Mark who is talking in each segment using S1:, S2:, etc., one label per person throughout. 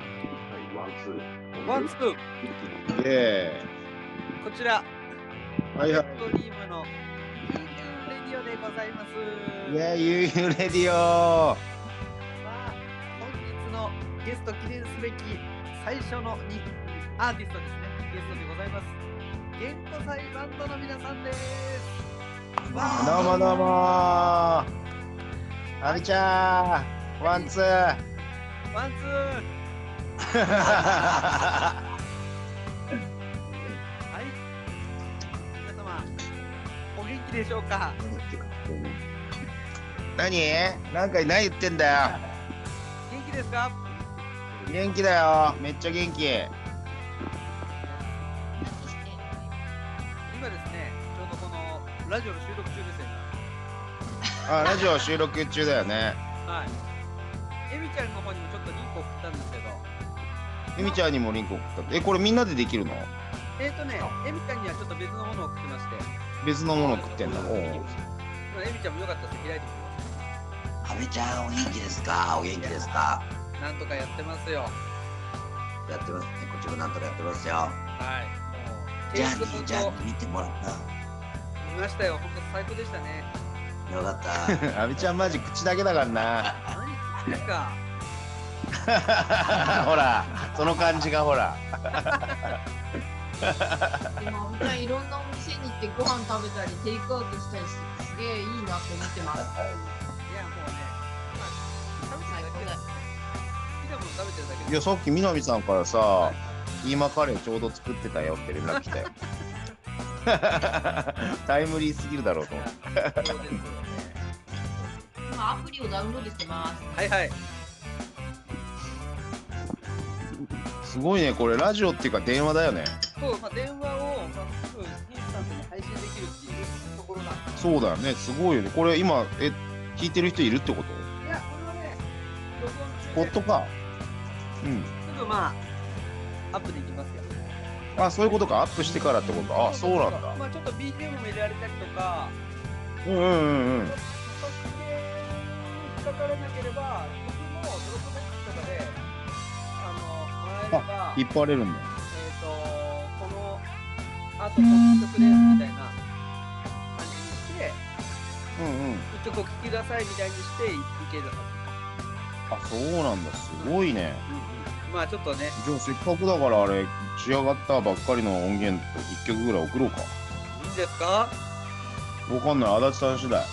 S1: ワンツー。
S2: ワンツー、
S3: イエ
S2: こちら、
S3: ーイ。はいはい。
S2: ストリームのユーレディオでございます。
S3: イエーイ、ゆうゆうレディオ。
S2: さあ、本日のゲスト記念すべき最初のにアーティストですね、ゲストでございます。ゲントサイバンドの皆さんです。
S3: どうもどうも。あみちゃん。ワンツー。
S2: ワンツー。はい。皆様、お元気でしょうか。
S3: 何何回何言ってんだ
S2: 元気ですか。
S3: よ元気だよめっちゃ元気
S2: 今ですね、ちょうどこのラジオの収録中ですよ。
S3: あラジオ収録中だよね
S2: はい。エミちゃんの方にもちょっとリンク送ったんですけど、
S3: ゆみちゃんにもリンク送ったえこれみんなでできるの
S2: えっ、ー、とね、エミちゃんにはちょっと別のものを送ってまして、
S3: 別のもの食ってんだおう
S2: エミちゃんもよかったら開いてみてくだ
S1: アメちゃん、お元気ですかお元気ですか
S2: さい。なんとかやってますよ。
S1: やってますね。こっちもなんとかやってますよ。
S2: はい。もう、
S1: ジャ
S2: f
S1: ー
S2: a c e
S1: ニー、
S2: b
S1: ジャーニー見てもらった。
S2: 見ましたよ。本当最高でしたね。
S1: よかった。
S3: あみちゃんマジ口だけだからな
S2: 何言ってんすか。
S3: ほらその感じがほら
S4: でも、普段いろんなお店に行ってご飯食べたり、テイクアウトしたりして、すげえいいなと思ってます。
S2: いや、もうね、まあ、食べて
S4: 最
S2: るだけ
S4: 高だ
S2: だ。好きなもの食べてるだけ
S3: いやさっきみなみさんからさキーマカレーちょうど作ってたよって連絡来たよタイムリーすぎるだろうと思って
S2: き。そうですよね。
S4: 今、アプリをダウンロードしてます。
S2: はいはい。
S3: すごいねこれラジオっていうか電話だよね
S2: そう、まあ、電話を、まあ、すぐインスタントに配信できるっていうところなんで
S3: そうだよねすごいよねこれ今え聞いてる人いるってこと
S2: いや、これはね、録音中
S3: ポ
S2: で
S3: ットかうん
S2: すぐまあ、アップできますよ。
S3: あそういうことかアップしてからってことあそうなんだ
S2: まあ、ちょっと BGM も入れられたりとか、
S3: うんうんうんうん
S2: そして、引っかからなければ、僕もドロップボックスとかで、あの、もらえれば、え
S3: 引
S2: っ、
S3: っ張れるんだ
S2: と、この、あとこの曲ですみたいな感じにして、
S3: うんうん
S2: 一曲お聴きくださいみたいにしていけるはず。
S3: あそうなんだすごいね
S2: うんうん、まあ、ちょっとね、
S3: じゃあせっかくだからあれ仕上がったばっかりの音源1曲ぐらい送ろうか
S2: いいんですか
S3: わかんない足立さん次第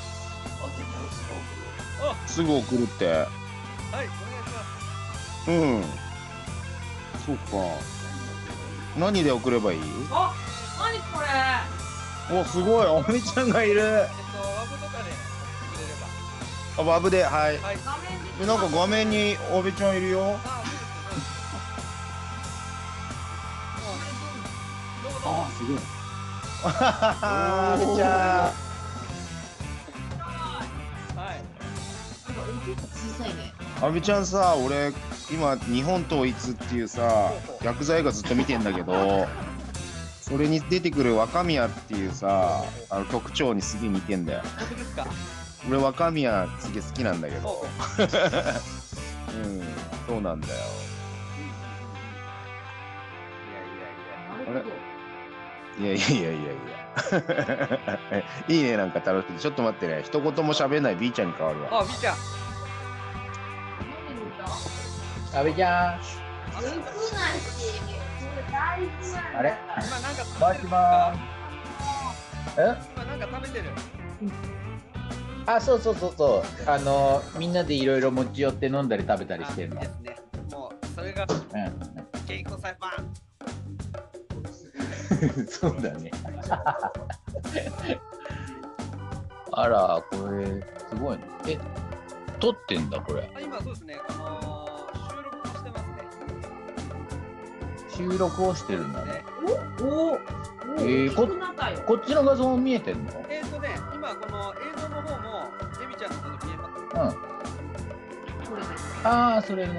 S1: お手直し
S3: すぐ送るって
S2: はい、お願いします。
S3: うんそっか何で送ればいい
S4: あ、なにこれ。
S3: おすごいおみちゃんがいる
S2: えっと、ワブとかで、くれれば。
S3: あバブではい
S2: はい。
S4: 画面で
S3: えなんか画面におびちゃんいるよ
S2: あ、いいですね。もうね、どうぞ。
S3: すごいあびちゃ
S2: はい。
S4: 小さいね。
S3: んあびちゃんさ俺今日本統一っていうさ薬剤がずっと見てんだけどそれに出てくる若宮っていうさあの局長にすげえ似てんだよ
S2: 本当ですか。
S3: 俺若宮すげえ好きなんだけ
S2: お
S3: ど
S2: うおう
S3: うんそうなんだよ
S4: なるほど。
S3: いやいやいやいやいや いいねなんか楽しくてちょっと待ってね一言も喋んない B ちゃんに変わるわ
S2: あ、みーちゃん。
S4: 何の歌。
S5: 阿部ちゃん、
S4: 少ないし。これ大事なんだ
S5: あれ。
S2: 今なんか食べ
S5: 回
S2: て
S5: し
S2: るんです
S5: ま
S2: か。
S5: ーす。
S2: 今なんか食べてる。
S5: え？あ、そうそうそうそう。あのみんなでいろいろ持ち寄って飲んだり食べたりしてるの
S2: あいい。ですね。もう、それが、
S5: う
S2: 健康裁判。
S5: ん。 そうだね。 あら、これすごいね。え、撮ってんだこれ。
S2: あ、今そうですね。この、収録をしてますね。
S5: 収録をしてるんだね。
S4: おお。
S5: えーこ
S4: 大きくなったよ。
S5: こっちの画像も見えてんの？
S2: えっ、ー、とね、今この映像の方も、エミちゃんの方で見えます。
S5: うん。あ
S4: これね。
S5: あー、それの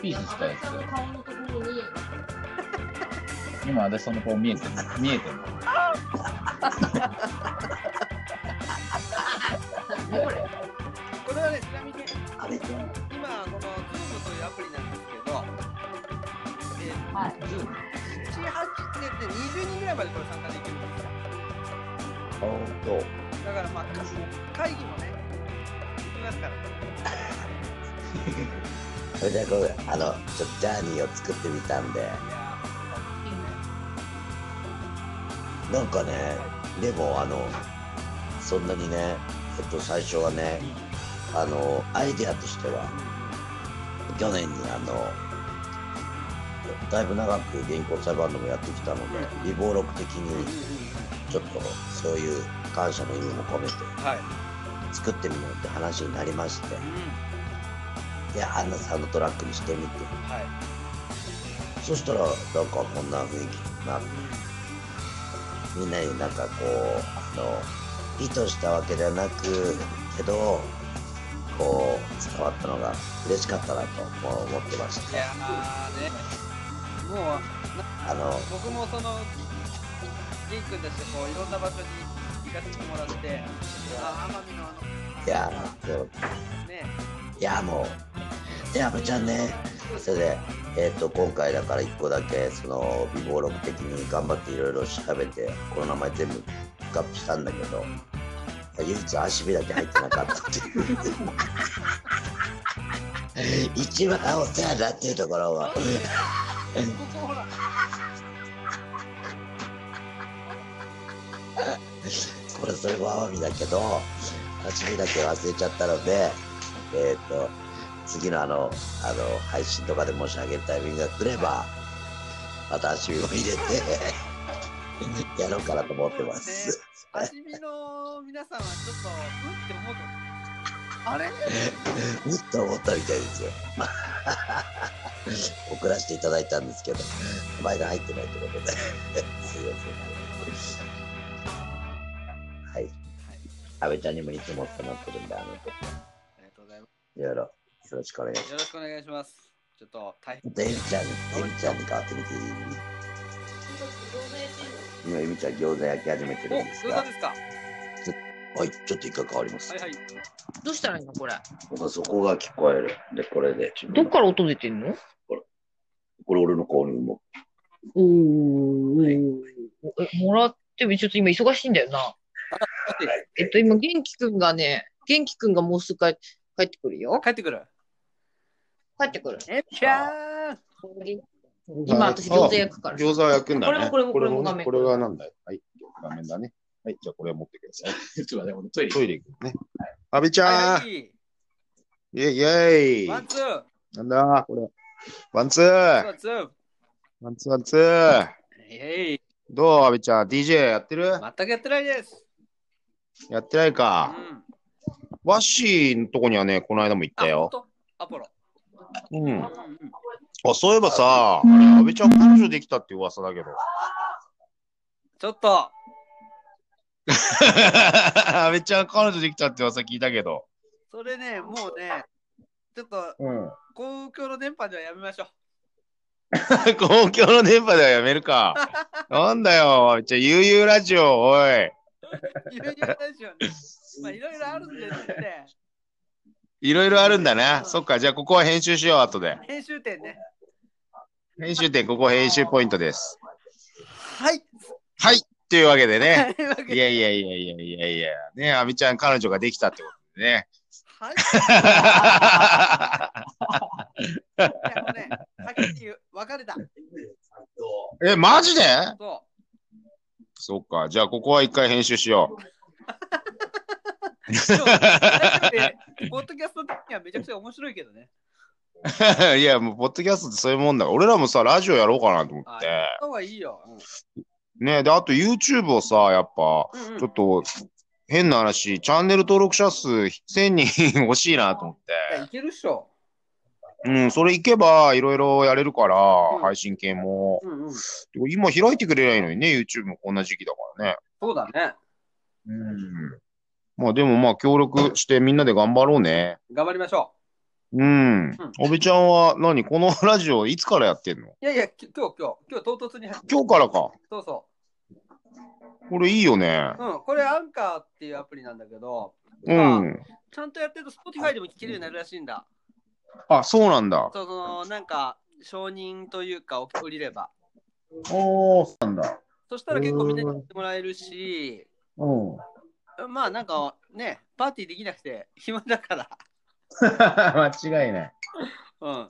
S5: ピースしたや
S4: さんの
S5: つ。
S4: 顔のところに。
S5: 今私その顔見えてる。見えてる。
S4: これ。
S2: これはね、ちなみに、
S1: アメちゃん。
S2: 今この Zoom というアプリなんですけど、
S4: はい。
S2: 七八年で20人ぐらいまでこれ参加できるんですよ
S5: と
S2: だからまあか会議もねできますから
S1: それでこうあのちょっとジャーニーを作ってみたんで
S2: いや
S1: なんかねでもあのそんなにねえっと最初はねあのアイデアとしては去年にあのだいぶ長く原稿裁判でもやってきたので微暴録的にちょっとそういう感謝の意味も込めて
S2: はい、
S1: 作ってみようって話になりまして
S2: うん
S1: であんなサウンドトラックにしてみて
S2: はい
S1: そしたらなんかこんな雰囲気になってみんなになんかこうあの意図したわけではなくけどこう伝わったのが嬉しかったなともう思ってまし
S2: い
S1: て
S2: やーねもう
S1: あの
S2: 僕もその銀君たちとこういろんな場所に行かせてもらってあー奄美のあ
S1: いやでも
S2: のね
S1: いやもうであぶちゃんねそれでえっ、と今回だから1個だけその微暴録的に頑張っていろいろ調べてこの名前全部ピックアップしたんだけど唯一足火だけ入ってなかったっていう一番お世話になっていうところは
S2: ここほら
S1: これそれも奄美だけど足火だけ忘れちゃったのでえっ、と次のあのあの配信とかでもし上げるタイミングが来ればまた足火も 入れてやろうかなと思ってます。
S2: 足見の皆さんはちょっとうんって思うとあれ
S1: うっと思ったみたいですよ。送らせていただいたんですけど、名前が入ってないということで、すいません。はい。阿部ちゃんにもいつもお世話になってるんで、あの、
S2: ありがとうございま
S1: いろいろよろしくお願いします
S2: よろしくお願いしますちょっと大
S1: す。ちょ
S2: 変
S1: っとエミちゃんに、エミちゃんに代わってみていい今エミちゃん餃子焼き始めて
S2: お
S1: るんです
S2: どうした
S1: が
S2: ん、ですか
S1: はい、ちょっと一回変わります。
S2: はいはい
S6: どうしたらいいのこれ。
S1: またそこが聞こえる。で、これで、ちょっ
S6: ど
S1: と
S6: っから音出てんの
S1: これ俺の購入も。
S6: おー、え、もらっても、ちょっと今忙しいんだよな。えっと、今、元気くんがね、元気くんがもうすぐ帰帰ってくるよ。
S2: 帰ってくる
S6: 帰ってくる。
S2: えぴゃーん
S6: 今、私、餃子焼くから。
S3: 餃子は焼くんだね。
S6: これもこれもこれも画
S3: ね
S6: 面
S3: これがなんだよ。はい、画面だね。はい、じゃあこれを持ってください。
S5: ちょっと待って俺トイレ
S3: トイレ行くね。阿部ちゃ
S2: は
S3: ん
S2: い
S3: イェイイェイ
S2: ワンツー
S3: なんだこれ。ワンツー
S2: ワンツー
S3: ワンツーワンツー
S2: えい
S3: どう阿部ちゃん ?DJ やってる
S2: 全くやってないです
S3: やってないうか。
S2: ん
S3: ワッシーのとこにはね、この間も行った
S2: あほん
S3: よ。
S2: とアポロ
S3: うん。あ、
S2: うんうん
S3: そういえばさ、あれ、阿部ちゃん彼女できたって噂だけど。
S2: ちょっと
S3: 阿部ちゃん彼女できたって噂聞いたけど。
S2: それねもうねちょっと
S3: うん。
S2: 公共の電波ではやめましょう
S3: 公共の電波ではやめるか。なんだよ、阿部ちゃん、悠々ラジオ、おい。
S2: いろいろあるんですよね。まあ、いろいろあるんですって、
S3: いろいろあるんだな。そっか、じゃあここは編集しよう、後で。
S2: 編集点ね。
S3: 編集点、ここ編集ポイントです。
S2: はい。
S3: はい。というわけで ね。
S2: というわけ
S3: い
S2: で
S3: やいやいやいやいやいや。ね、阿部ちゃん、彼女ができたってことでね。
S2: はい。いやもう ね、はっきり言う、別れた。
S3: え、マジで
S2: そ
S3: そっか。じゃあ、ここは一回編集しよう。
S2: う。でも大丈夫でポッドキャスト的にはめちゃくちゃ面白いけどね。
S3: いや、もう、ポ ッドキャストってそういうもんだから、俺らもさ、ラジオやろうかなと思っ
S2: あや
S3: て。
S2: った方がいいよ。
S3: ね、で、あと YouTube をさ、やっぱ、
S2: うんうん
S3: ちょっと、変な話、チャンネル登録者数1000人 欲しいなと思って。
S2: いやいけるっしょ。
S3: うん、それいけば、いろいろやれるから、
S2: ん
S3: 配信系も。
S2: うんうん。
S3: でも今開いてくれないのにね、YouTube もこんな時期だからね。
S2: そうだね。
S3: うん。まあでもまあ協力してみんなで頑張ろうね。
S2: 頑張りましょ
S3: うん。
S2: う
S3: 阿部ちゃんは何このラジオいつからやってんの
S2: う。いやいや、き今日、今日、今日唐突に入って。
S3: 今日からか。
S2: そうそ
S3: これいいよね。
S2: う。うん。これ、アンカーっていうアプリなんだけど、
S3: うん。
S2: ちゃんとやってると Spotify でも聞けるようになるらしいんだ。
S3: あ、そうなんだ。
S2: そのなんか承認というか、降りれば。
S3: おー、そうなんだ。
S2: そしたら結構みんなにやってもらえるし、
S3: うん。
S2: まあなんかね、パーティーできなくて暇だから。
S3: 間違いない。
S2: うん。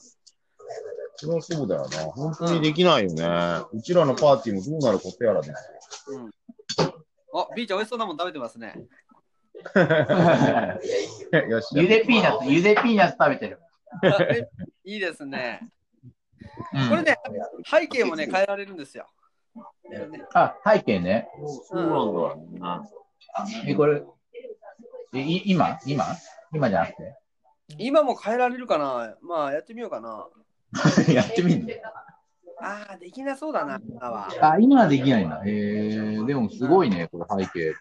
S3: そりゃそうだよな。本当にできないよね。うちらのパーティーもどうなることやらね。
S2: あ、ビーちゃん美味しそうなもん食べてますね。
S3: よっしゃ
S5: ゆでピーナッツ、ゆでピーナッツ食べてる。
S2: あえいいですね。
S5: うん
S2: これね、背景もね、変えられるんですよ。
S5: あ、背景ね。
S2: うん、
S5: え、これ、え、い今今今じゃなく
S2: 今も変えられるかなまあやってみようかな。
S5: て やってみんの
S2: ああ、できなそうだな、今は。
S5: あ、今はできないな。へえー、でもすごいね、これ背景。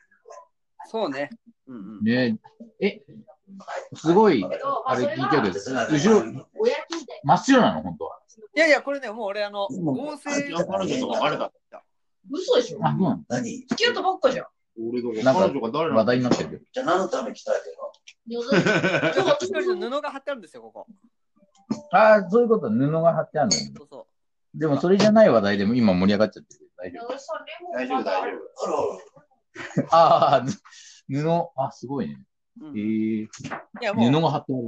S2: そうね。うんうん、
S5: ねえ、すごい、あれ聞いたけど、後ろ、真っ白なの、本当は。
S2: いやいや、これね、もう俺、あの、合成
S4: 嘘でしょ
S5: あ、うん。
S1: 何
S4: 付き合ったばっかじゃん。
S5: なんか、話題になってる
S1: じゃあ何のために鍛えてる
S4: よどみ
S2: 一人の布が貼ってあるんですよ、ここ。
S5: けど。ああ、そういうこと、布が貼ってあるの。
S2: そうそ
S5: でも、それじゃない話題でも今盛り上がっちゃってる。大丈
S4: 大丈夫、大丈
S5: 夫。ああ、ず布、あ、すごいね。
S2: う。うん、
S5: ええ
S2: い
S5: ー、
S2: や、も
S5: 布
S2: う、
S5: が貼ってある。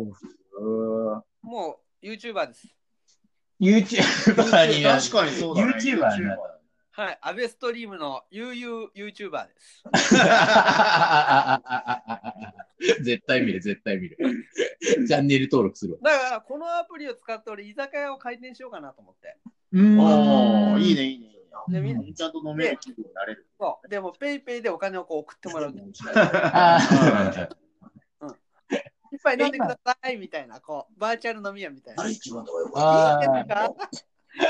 S5: うーん
S2: もう YouTuber です。
S5: YouTuber になる。
S3: かにそ
S5: YouTuber になる。
S2: はい、アベストリームの悠々 YouTuber です。
S5: 絶対見る、絶対見る。チャンネル登録する
S2: だ
S5: わ。
S2: から、このアプリを使って俺、居酒屋を開店しようかなと思って。
S3: おー、いいね、いいね。
S2: で、みんな、
S3: ちゃんと飲める気分になれる。
S2: そう。でも、ペイペイでお金をこう送ってもらう。
S5: あ
S2: いっぱい飲んでくださいみたいな、こう、バーチャル飲み屋みたい
S1: のあ
S2: な。
S1: れ一番とかよくわ
S5: あ
S2: いいです
S5: ー。
S2: か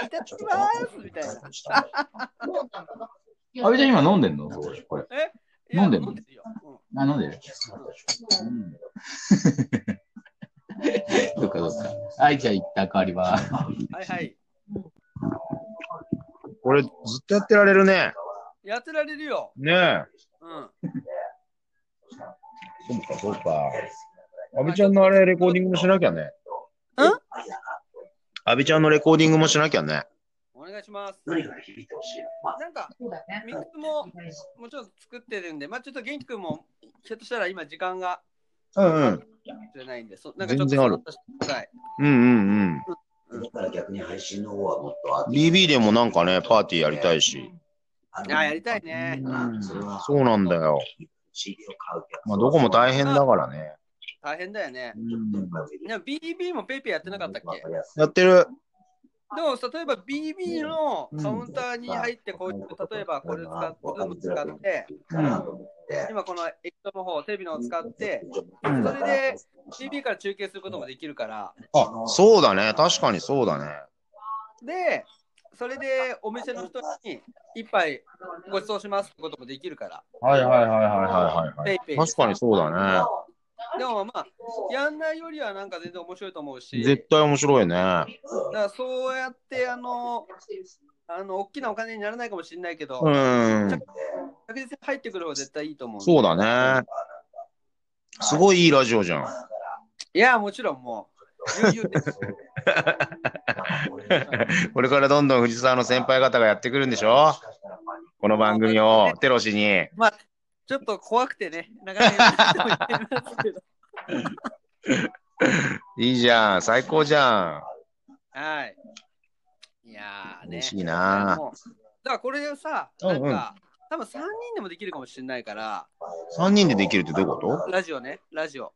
S2: いただきますみたいな。
S5: あれじゃん今飲んでんのそここれ。
S2: いや
S5: 飲んでる
S2: 飲んでるよ。うん
S5: あ、飲んでる。 うん。どっかどっか。はい、じゃあ一旦変わります。
S2: はいはい。
S3: これ、ずっとやってられるね。
S2: やってられるよ。
S3: ねえ。
S2: うん。
S3: そうか、そうか。阿部ちゃんのあれ、レコーディングもしなきゃね。ん阿部ちゃんのレコーディングもしなきゃね。
S2: お願いします。
S1: 何が響いてほしい
S2: なんか、ミックスももちろん作ってるんで、まあちょっと元気くんも、ひょっとしたら今時間が
S3: うんうん。
S2: じゃないんで、そなんかちょっと
S3: 全然ある
S2: はい。
S3: うんうんうん。
S1: のだから逆に配信の方はもっとあ
S3: BB でもなんかね、パーティーやりたいし。
S1: あ
S2: あ、やりたいね。
S1: うんそれは
S3: そうなんだよ。
S1: CD を買うけど
S3: まあ、どこも大変だからね。
S2: 大変だよね。
S3: うん
S2: でも BB もペイペイやってなかったっけ
S3: やってる。
S2: でも例えば BB のカウンターに入って、こういう、例えばこれ使って、Zoom 使って、今このエクトの方、テレビのを使って、
S5: うん
S2: それで BB から中継することもできるから、
S3: あ、そうだね。確かにそうだね。
S2: で、それでお店の人に一杯ご馳走しますってこともできるから、
S3: はいはいはいはいはいはい。
S2: ペイペイ。
S3: 確かにそうだ
S2: でもまあ、やんないよりはなんか全然面白いと思う
S3: ね。
S2: し、だ
S3: 絶対面白いね。
S2: からそうやって、あの、あの、大きなお金にならないかもしれないけど、
S3: うん。
S2: 確実に入ってくる方が絶対いいと思う。
S3: そうだね。すごいいいラジオじゃん。
S2: いや、もちろんもう、悠々です。
S3: これからどんどん藤沢の先輩方がやってくるんでしょこの番組をテロしに。
S2: まあ、ちょっと怖くてね、なかなか言えないですけど。
S3: いいじゃん。最高じゃん。
S2: はい。いやーね。
S3: 嬉しいな
S2: もうだからこれをさ、
S3: うん
S2: な
S3: うんん
S2: か、多分3人でもできるかもしれないから、
S3: 3人でできるってどういうこ
S2: ラジオね、ラジオ。
S3: と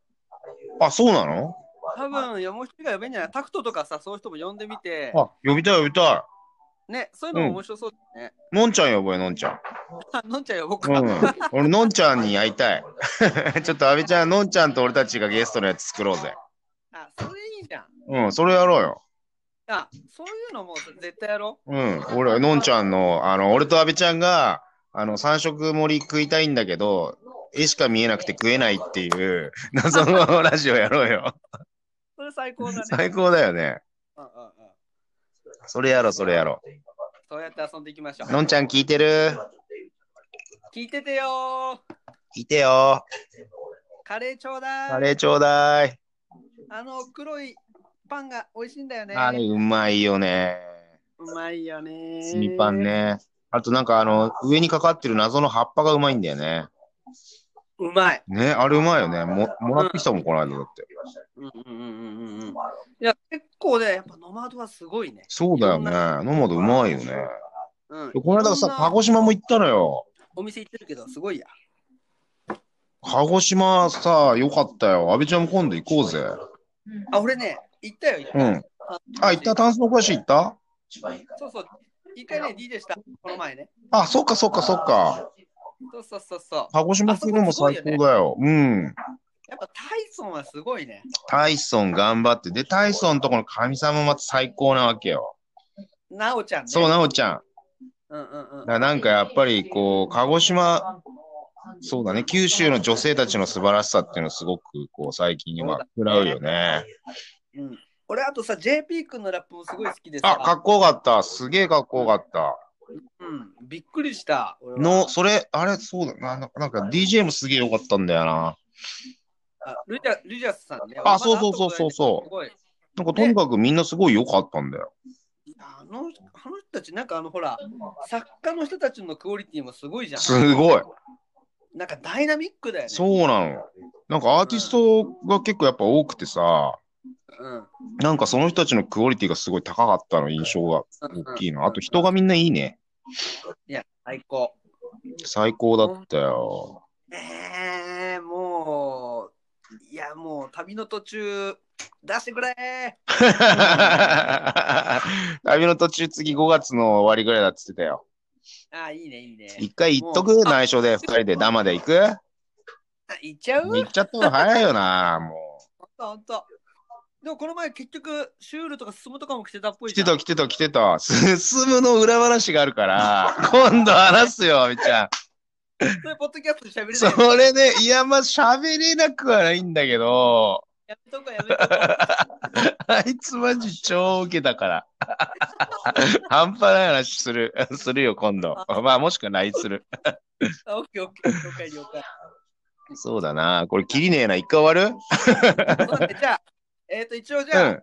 S3: あ、そうなの
S2: 多分、いやもう一人が呼べんじゃないタクトとかさ、そういう人も呼んでみて、
S3: あ、呼びたい呼びた
S2: ね、そういうのも面白そうだね。
S3: い。のんちゃん呼ぼうよ、のんちゃん。
S2: あ飲んちゃうよ、僕
S3: う
S2: は。
S3: ん。俺、のんちゃんに会いたい。 ちょっと阿部ちゃん、のんちゃんと俺たちがゲストのやつ作ろうぜ。
S2: あ、それいいじゃん。
S3: うん、それやろうよ。
S2: あ、そういうのも絶対やろ
S3: うん、俺、のんちゃんの、あの、俺と阿部ちゃんが、あの、三食盛り食いたいんだけど、絵しか見えなくて食えないっていう 謎のラジオやろうよ。
S2: う。それ最高だね。
S3: 最高だよね。
S2: うんうんうん。
S3: それやろう、それやろ
S2: そうやって遊んでいきましょ
S3: う。の
S2: う。
S3: んちゃん聞いてる
S2: 聞いててよー。
S3: 聞いてよ。
S2: カレーちょうだい。
S3: カレーちょうだい。
S2: あの、黒いパンが美味しいんだよね。
S3: あれ、うまいよね。
S2: うまいよね。
S3: 炭パン。ね。あとなんかあの、上にかかってる謎の葉っぱがうまいんだよね。
S2: うまい。
S3: ね、あれうまいよね。ももらってきたもん、この間だって。
S2: うんうんうんうんうん。いや、結構ね、やっぱノマドはすごいね。
S3: そうだよね。ノマドうまいよね。
S2: うん。
S3: この間さ、鹿
S2: ゴ
S3: 児島も行ったのよ。
S2: お店行ってるけど、すごいや。
S3: 鹿児島さ、よかったよ。阿部ちゃんも今度行こうぜ。
S2: あ、俺ね、行ったよ、行った。
S3: うん。あ、行ったタンスの詳しい行った
S2: そうそう。一回ね、DJ した。この前ね。
S3: あ、そっかそっかそっか。
S2: そうそうそうそう。
S3: 鹿児島するのも最高だよ。うん。
S2: やっぱタイソンはすごいね。
S3: タイソン頑張って。で、タイソンとこのかみさんもまた最高なわけよ。
S2: なおちゃんね。
S3: そう、
S2: な。
S3: なおちゃん。
S2: うんうんう
S3: だ
S2: ん
S3: か。らなんかやっぱりこう、鹿児島、そうだね、九州の女性たちの素晴らしさっていうのをすごくこう、最近今、食らうよね。
S2: うん、俺、あとさ、JP 君のラップもすごい好きで
S3: あ、
S2: さ。
S3: かっこよかった。すげえかっこよかった。
S2: うん、びっくりした。俺は
S3: の、それ、あれ、そうだな、ななんか DJ もすげえよかったんだよな。
S2: あルジャルジャスさんね。
S3: あそうそうそうそうそう
S2: すごい。
S3: なんかとにかくみんなすごい良かったんだよ。
S2: あのあの人たち、なんかあのほら、作家の人たちのクオリティもすごいじゃん。
S3: すごい。
S2: なんかダイナミックだよね。
S3: そうなの。なんかアーティストが結構やっぱ多くてさ、
S2: うん。
S3: なんかその人たちのクオリティがすごい高かったの印象が大きいの。あと人がみんないいね。
S2: いや、最高。
S3: 最高だった よ。
S2: えー、もう、いや、もう旅の途中、出してくれ
S3: 旅の途中次5月の終わりぐらいだっつってたよ。
S2: あ、いいね、いいね。
S3: 一回行っとく
S2: もうあ
S3: 内緒で二人でダマで行く
S2: あ行っちゃう
S3: 行っちゃったの早いよな、も
S2: ほんとほんと。でもこの前結局、シュールとか進むとかも来てたっぽ
S3: う。
S2: い
S3: 来
S2: じ
S3: て
S2: ゃん。
S3: た来てた来てた。 進むの裏話があるから、今度話すよ、あみちゃん。
S2: それポッドキャストで喋れないよ。
S3: それで、いや、まあ、喋れなくはないんだけど、
S2: やめとこうやめとこう。
S3: あいつマジ超ウケたから。半端ない話する、するよ、今度。まあ、もしくは LINE する。
S2: あオッケーオッケー、了解了解。
S3: そうだな。これ、切りねえな。一回終わる
S2: そうだねじゃあ、えっ、と、一応じ
S3: う
S2: ゃあ、
S3: ん。
S2: で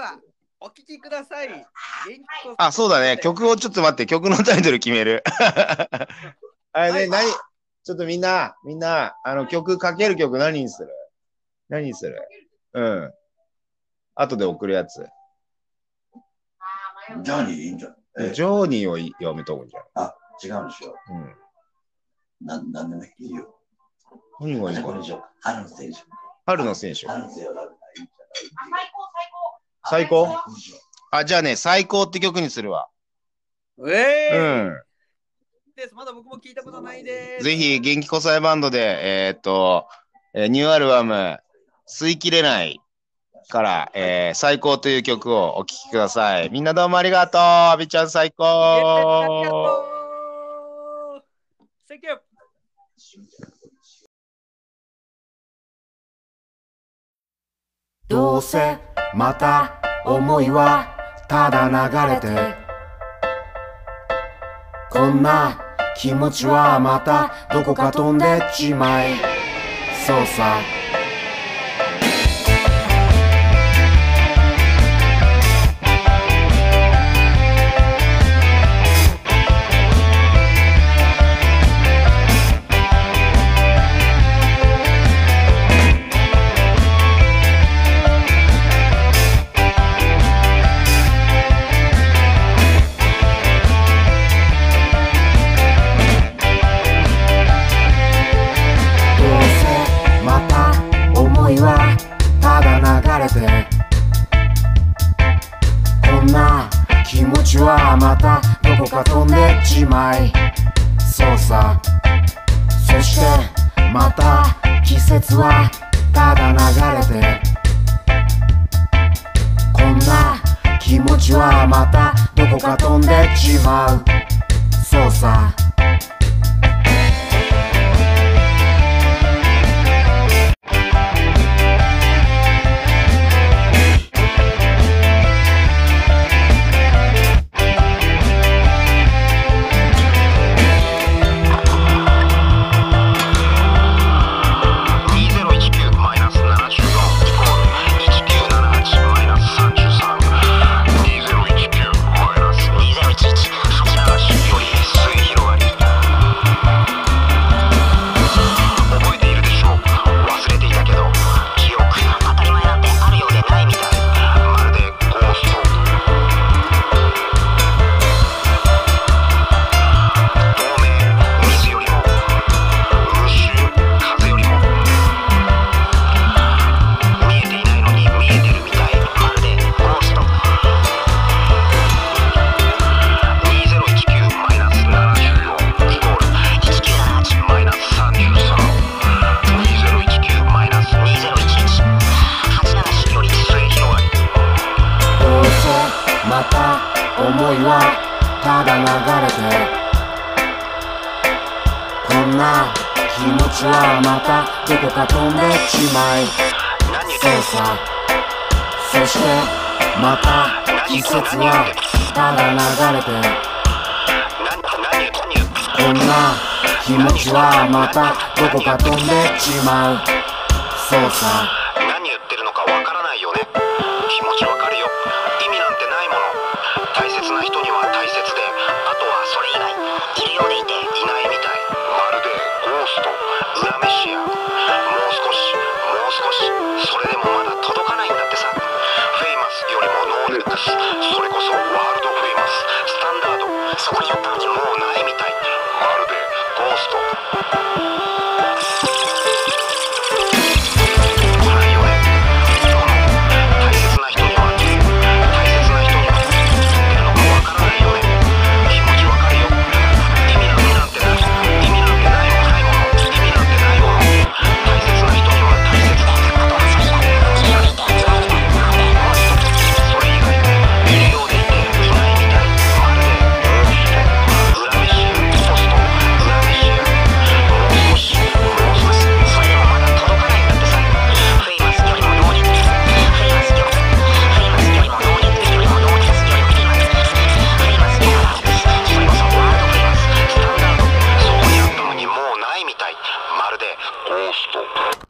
S2: はお聞きください。元気こそ
S3: あ、そうだね。。曲をちょっと待って、曲のタイトル決め る。あれね、
S2: はい
S3: 何、ちょっとみんな、みんな、あの、曲かける曲何にする何にするうん。後で送るやつ。
S1: ジャーニーでいいんじゃん。ええ
S3: ジョーニーを読めとこうじゃ
S1: 違うんでしょ。
S3: ん。うん。
S1: なん、なんでもいいよ。
S3: 何がいいか
S1: これ
S3: な
S1: 以上、春の選手。
S3: 春の選手。
S1: 春の選手を選ぶのはいいんじ
S3: 最高
S1: ゃない
S3: あ、じゃあね、最高って曲にするわ。
S2: え
S3: う
S2: ー、
S3: ん。
S2: です。まだ僕も聞いたことないです。
S3: ぜひ、元気こさえバンドで、えーっと、えーニューアルバム、吸い切れないから、えー最高という曲をお聴きください。みんなどうもありがとう。阿部ちゃん最
S2: ありが
S3: 高。
S2: とう。Thank you.
S7: どうせまた思いはただ流れてこんな気持ちはまたどこか飛んでっちまいそうさどうせまた思いはただ流れてこんな気持ちはまたどこか飛んでっちまいそうさそしてまた季節はただ流れてこんな気持ちはまたどこか飛んでっちまうそうさ
S8: 2019-74イコール1978マイナス
S7: 思いはただ流れてこんな気持ちはまたどこか飛んでしまいそうさそしてまた季節はただ流れてこんな気持ちはまたどこか飛んでしまうそうさ
S8: 何言ってるのかわからないよね気持ちわかるよ意味なんてないもの大切な人には大切であとはそれ以外いるようでいていないみたいまるでゴーストラメシアもう少しもう少しそれでもまだ届かないんだってさフェイマスよりもノーレックスそれこそワールドフェイマススタンダードそこにあったのにもうないみたいまるでゴーストないよね大切な人には大切な人にはってのもわからないよね気持ちわかるよ意味なんてない意味なんてないもないもの意味なんてないもの大切な人には大切なことそれ以外いるようでいていないみたいまるでモンスト裏飯ポスト裏飯もう少しもう少しそれでもまだ届かないんだってさフェイマスよりも能力フェイマスよりフェイマスよりも能力よりも能力よりもフェイマスフェイマスよりもそれこそワールドフェイマススタンダードそこにあったのにもうないみたいまるでゴースト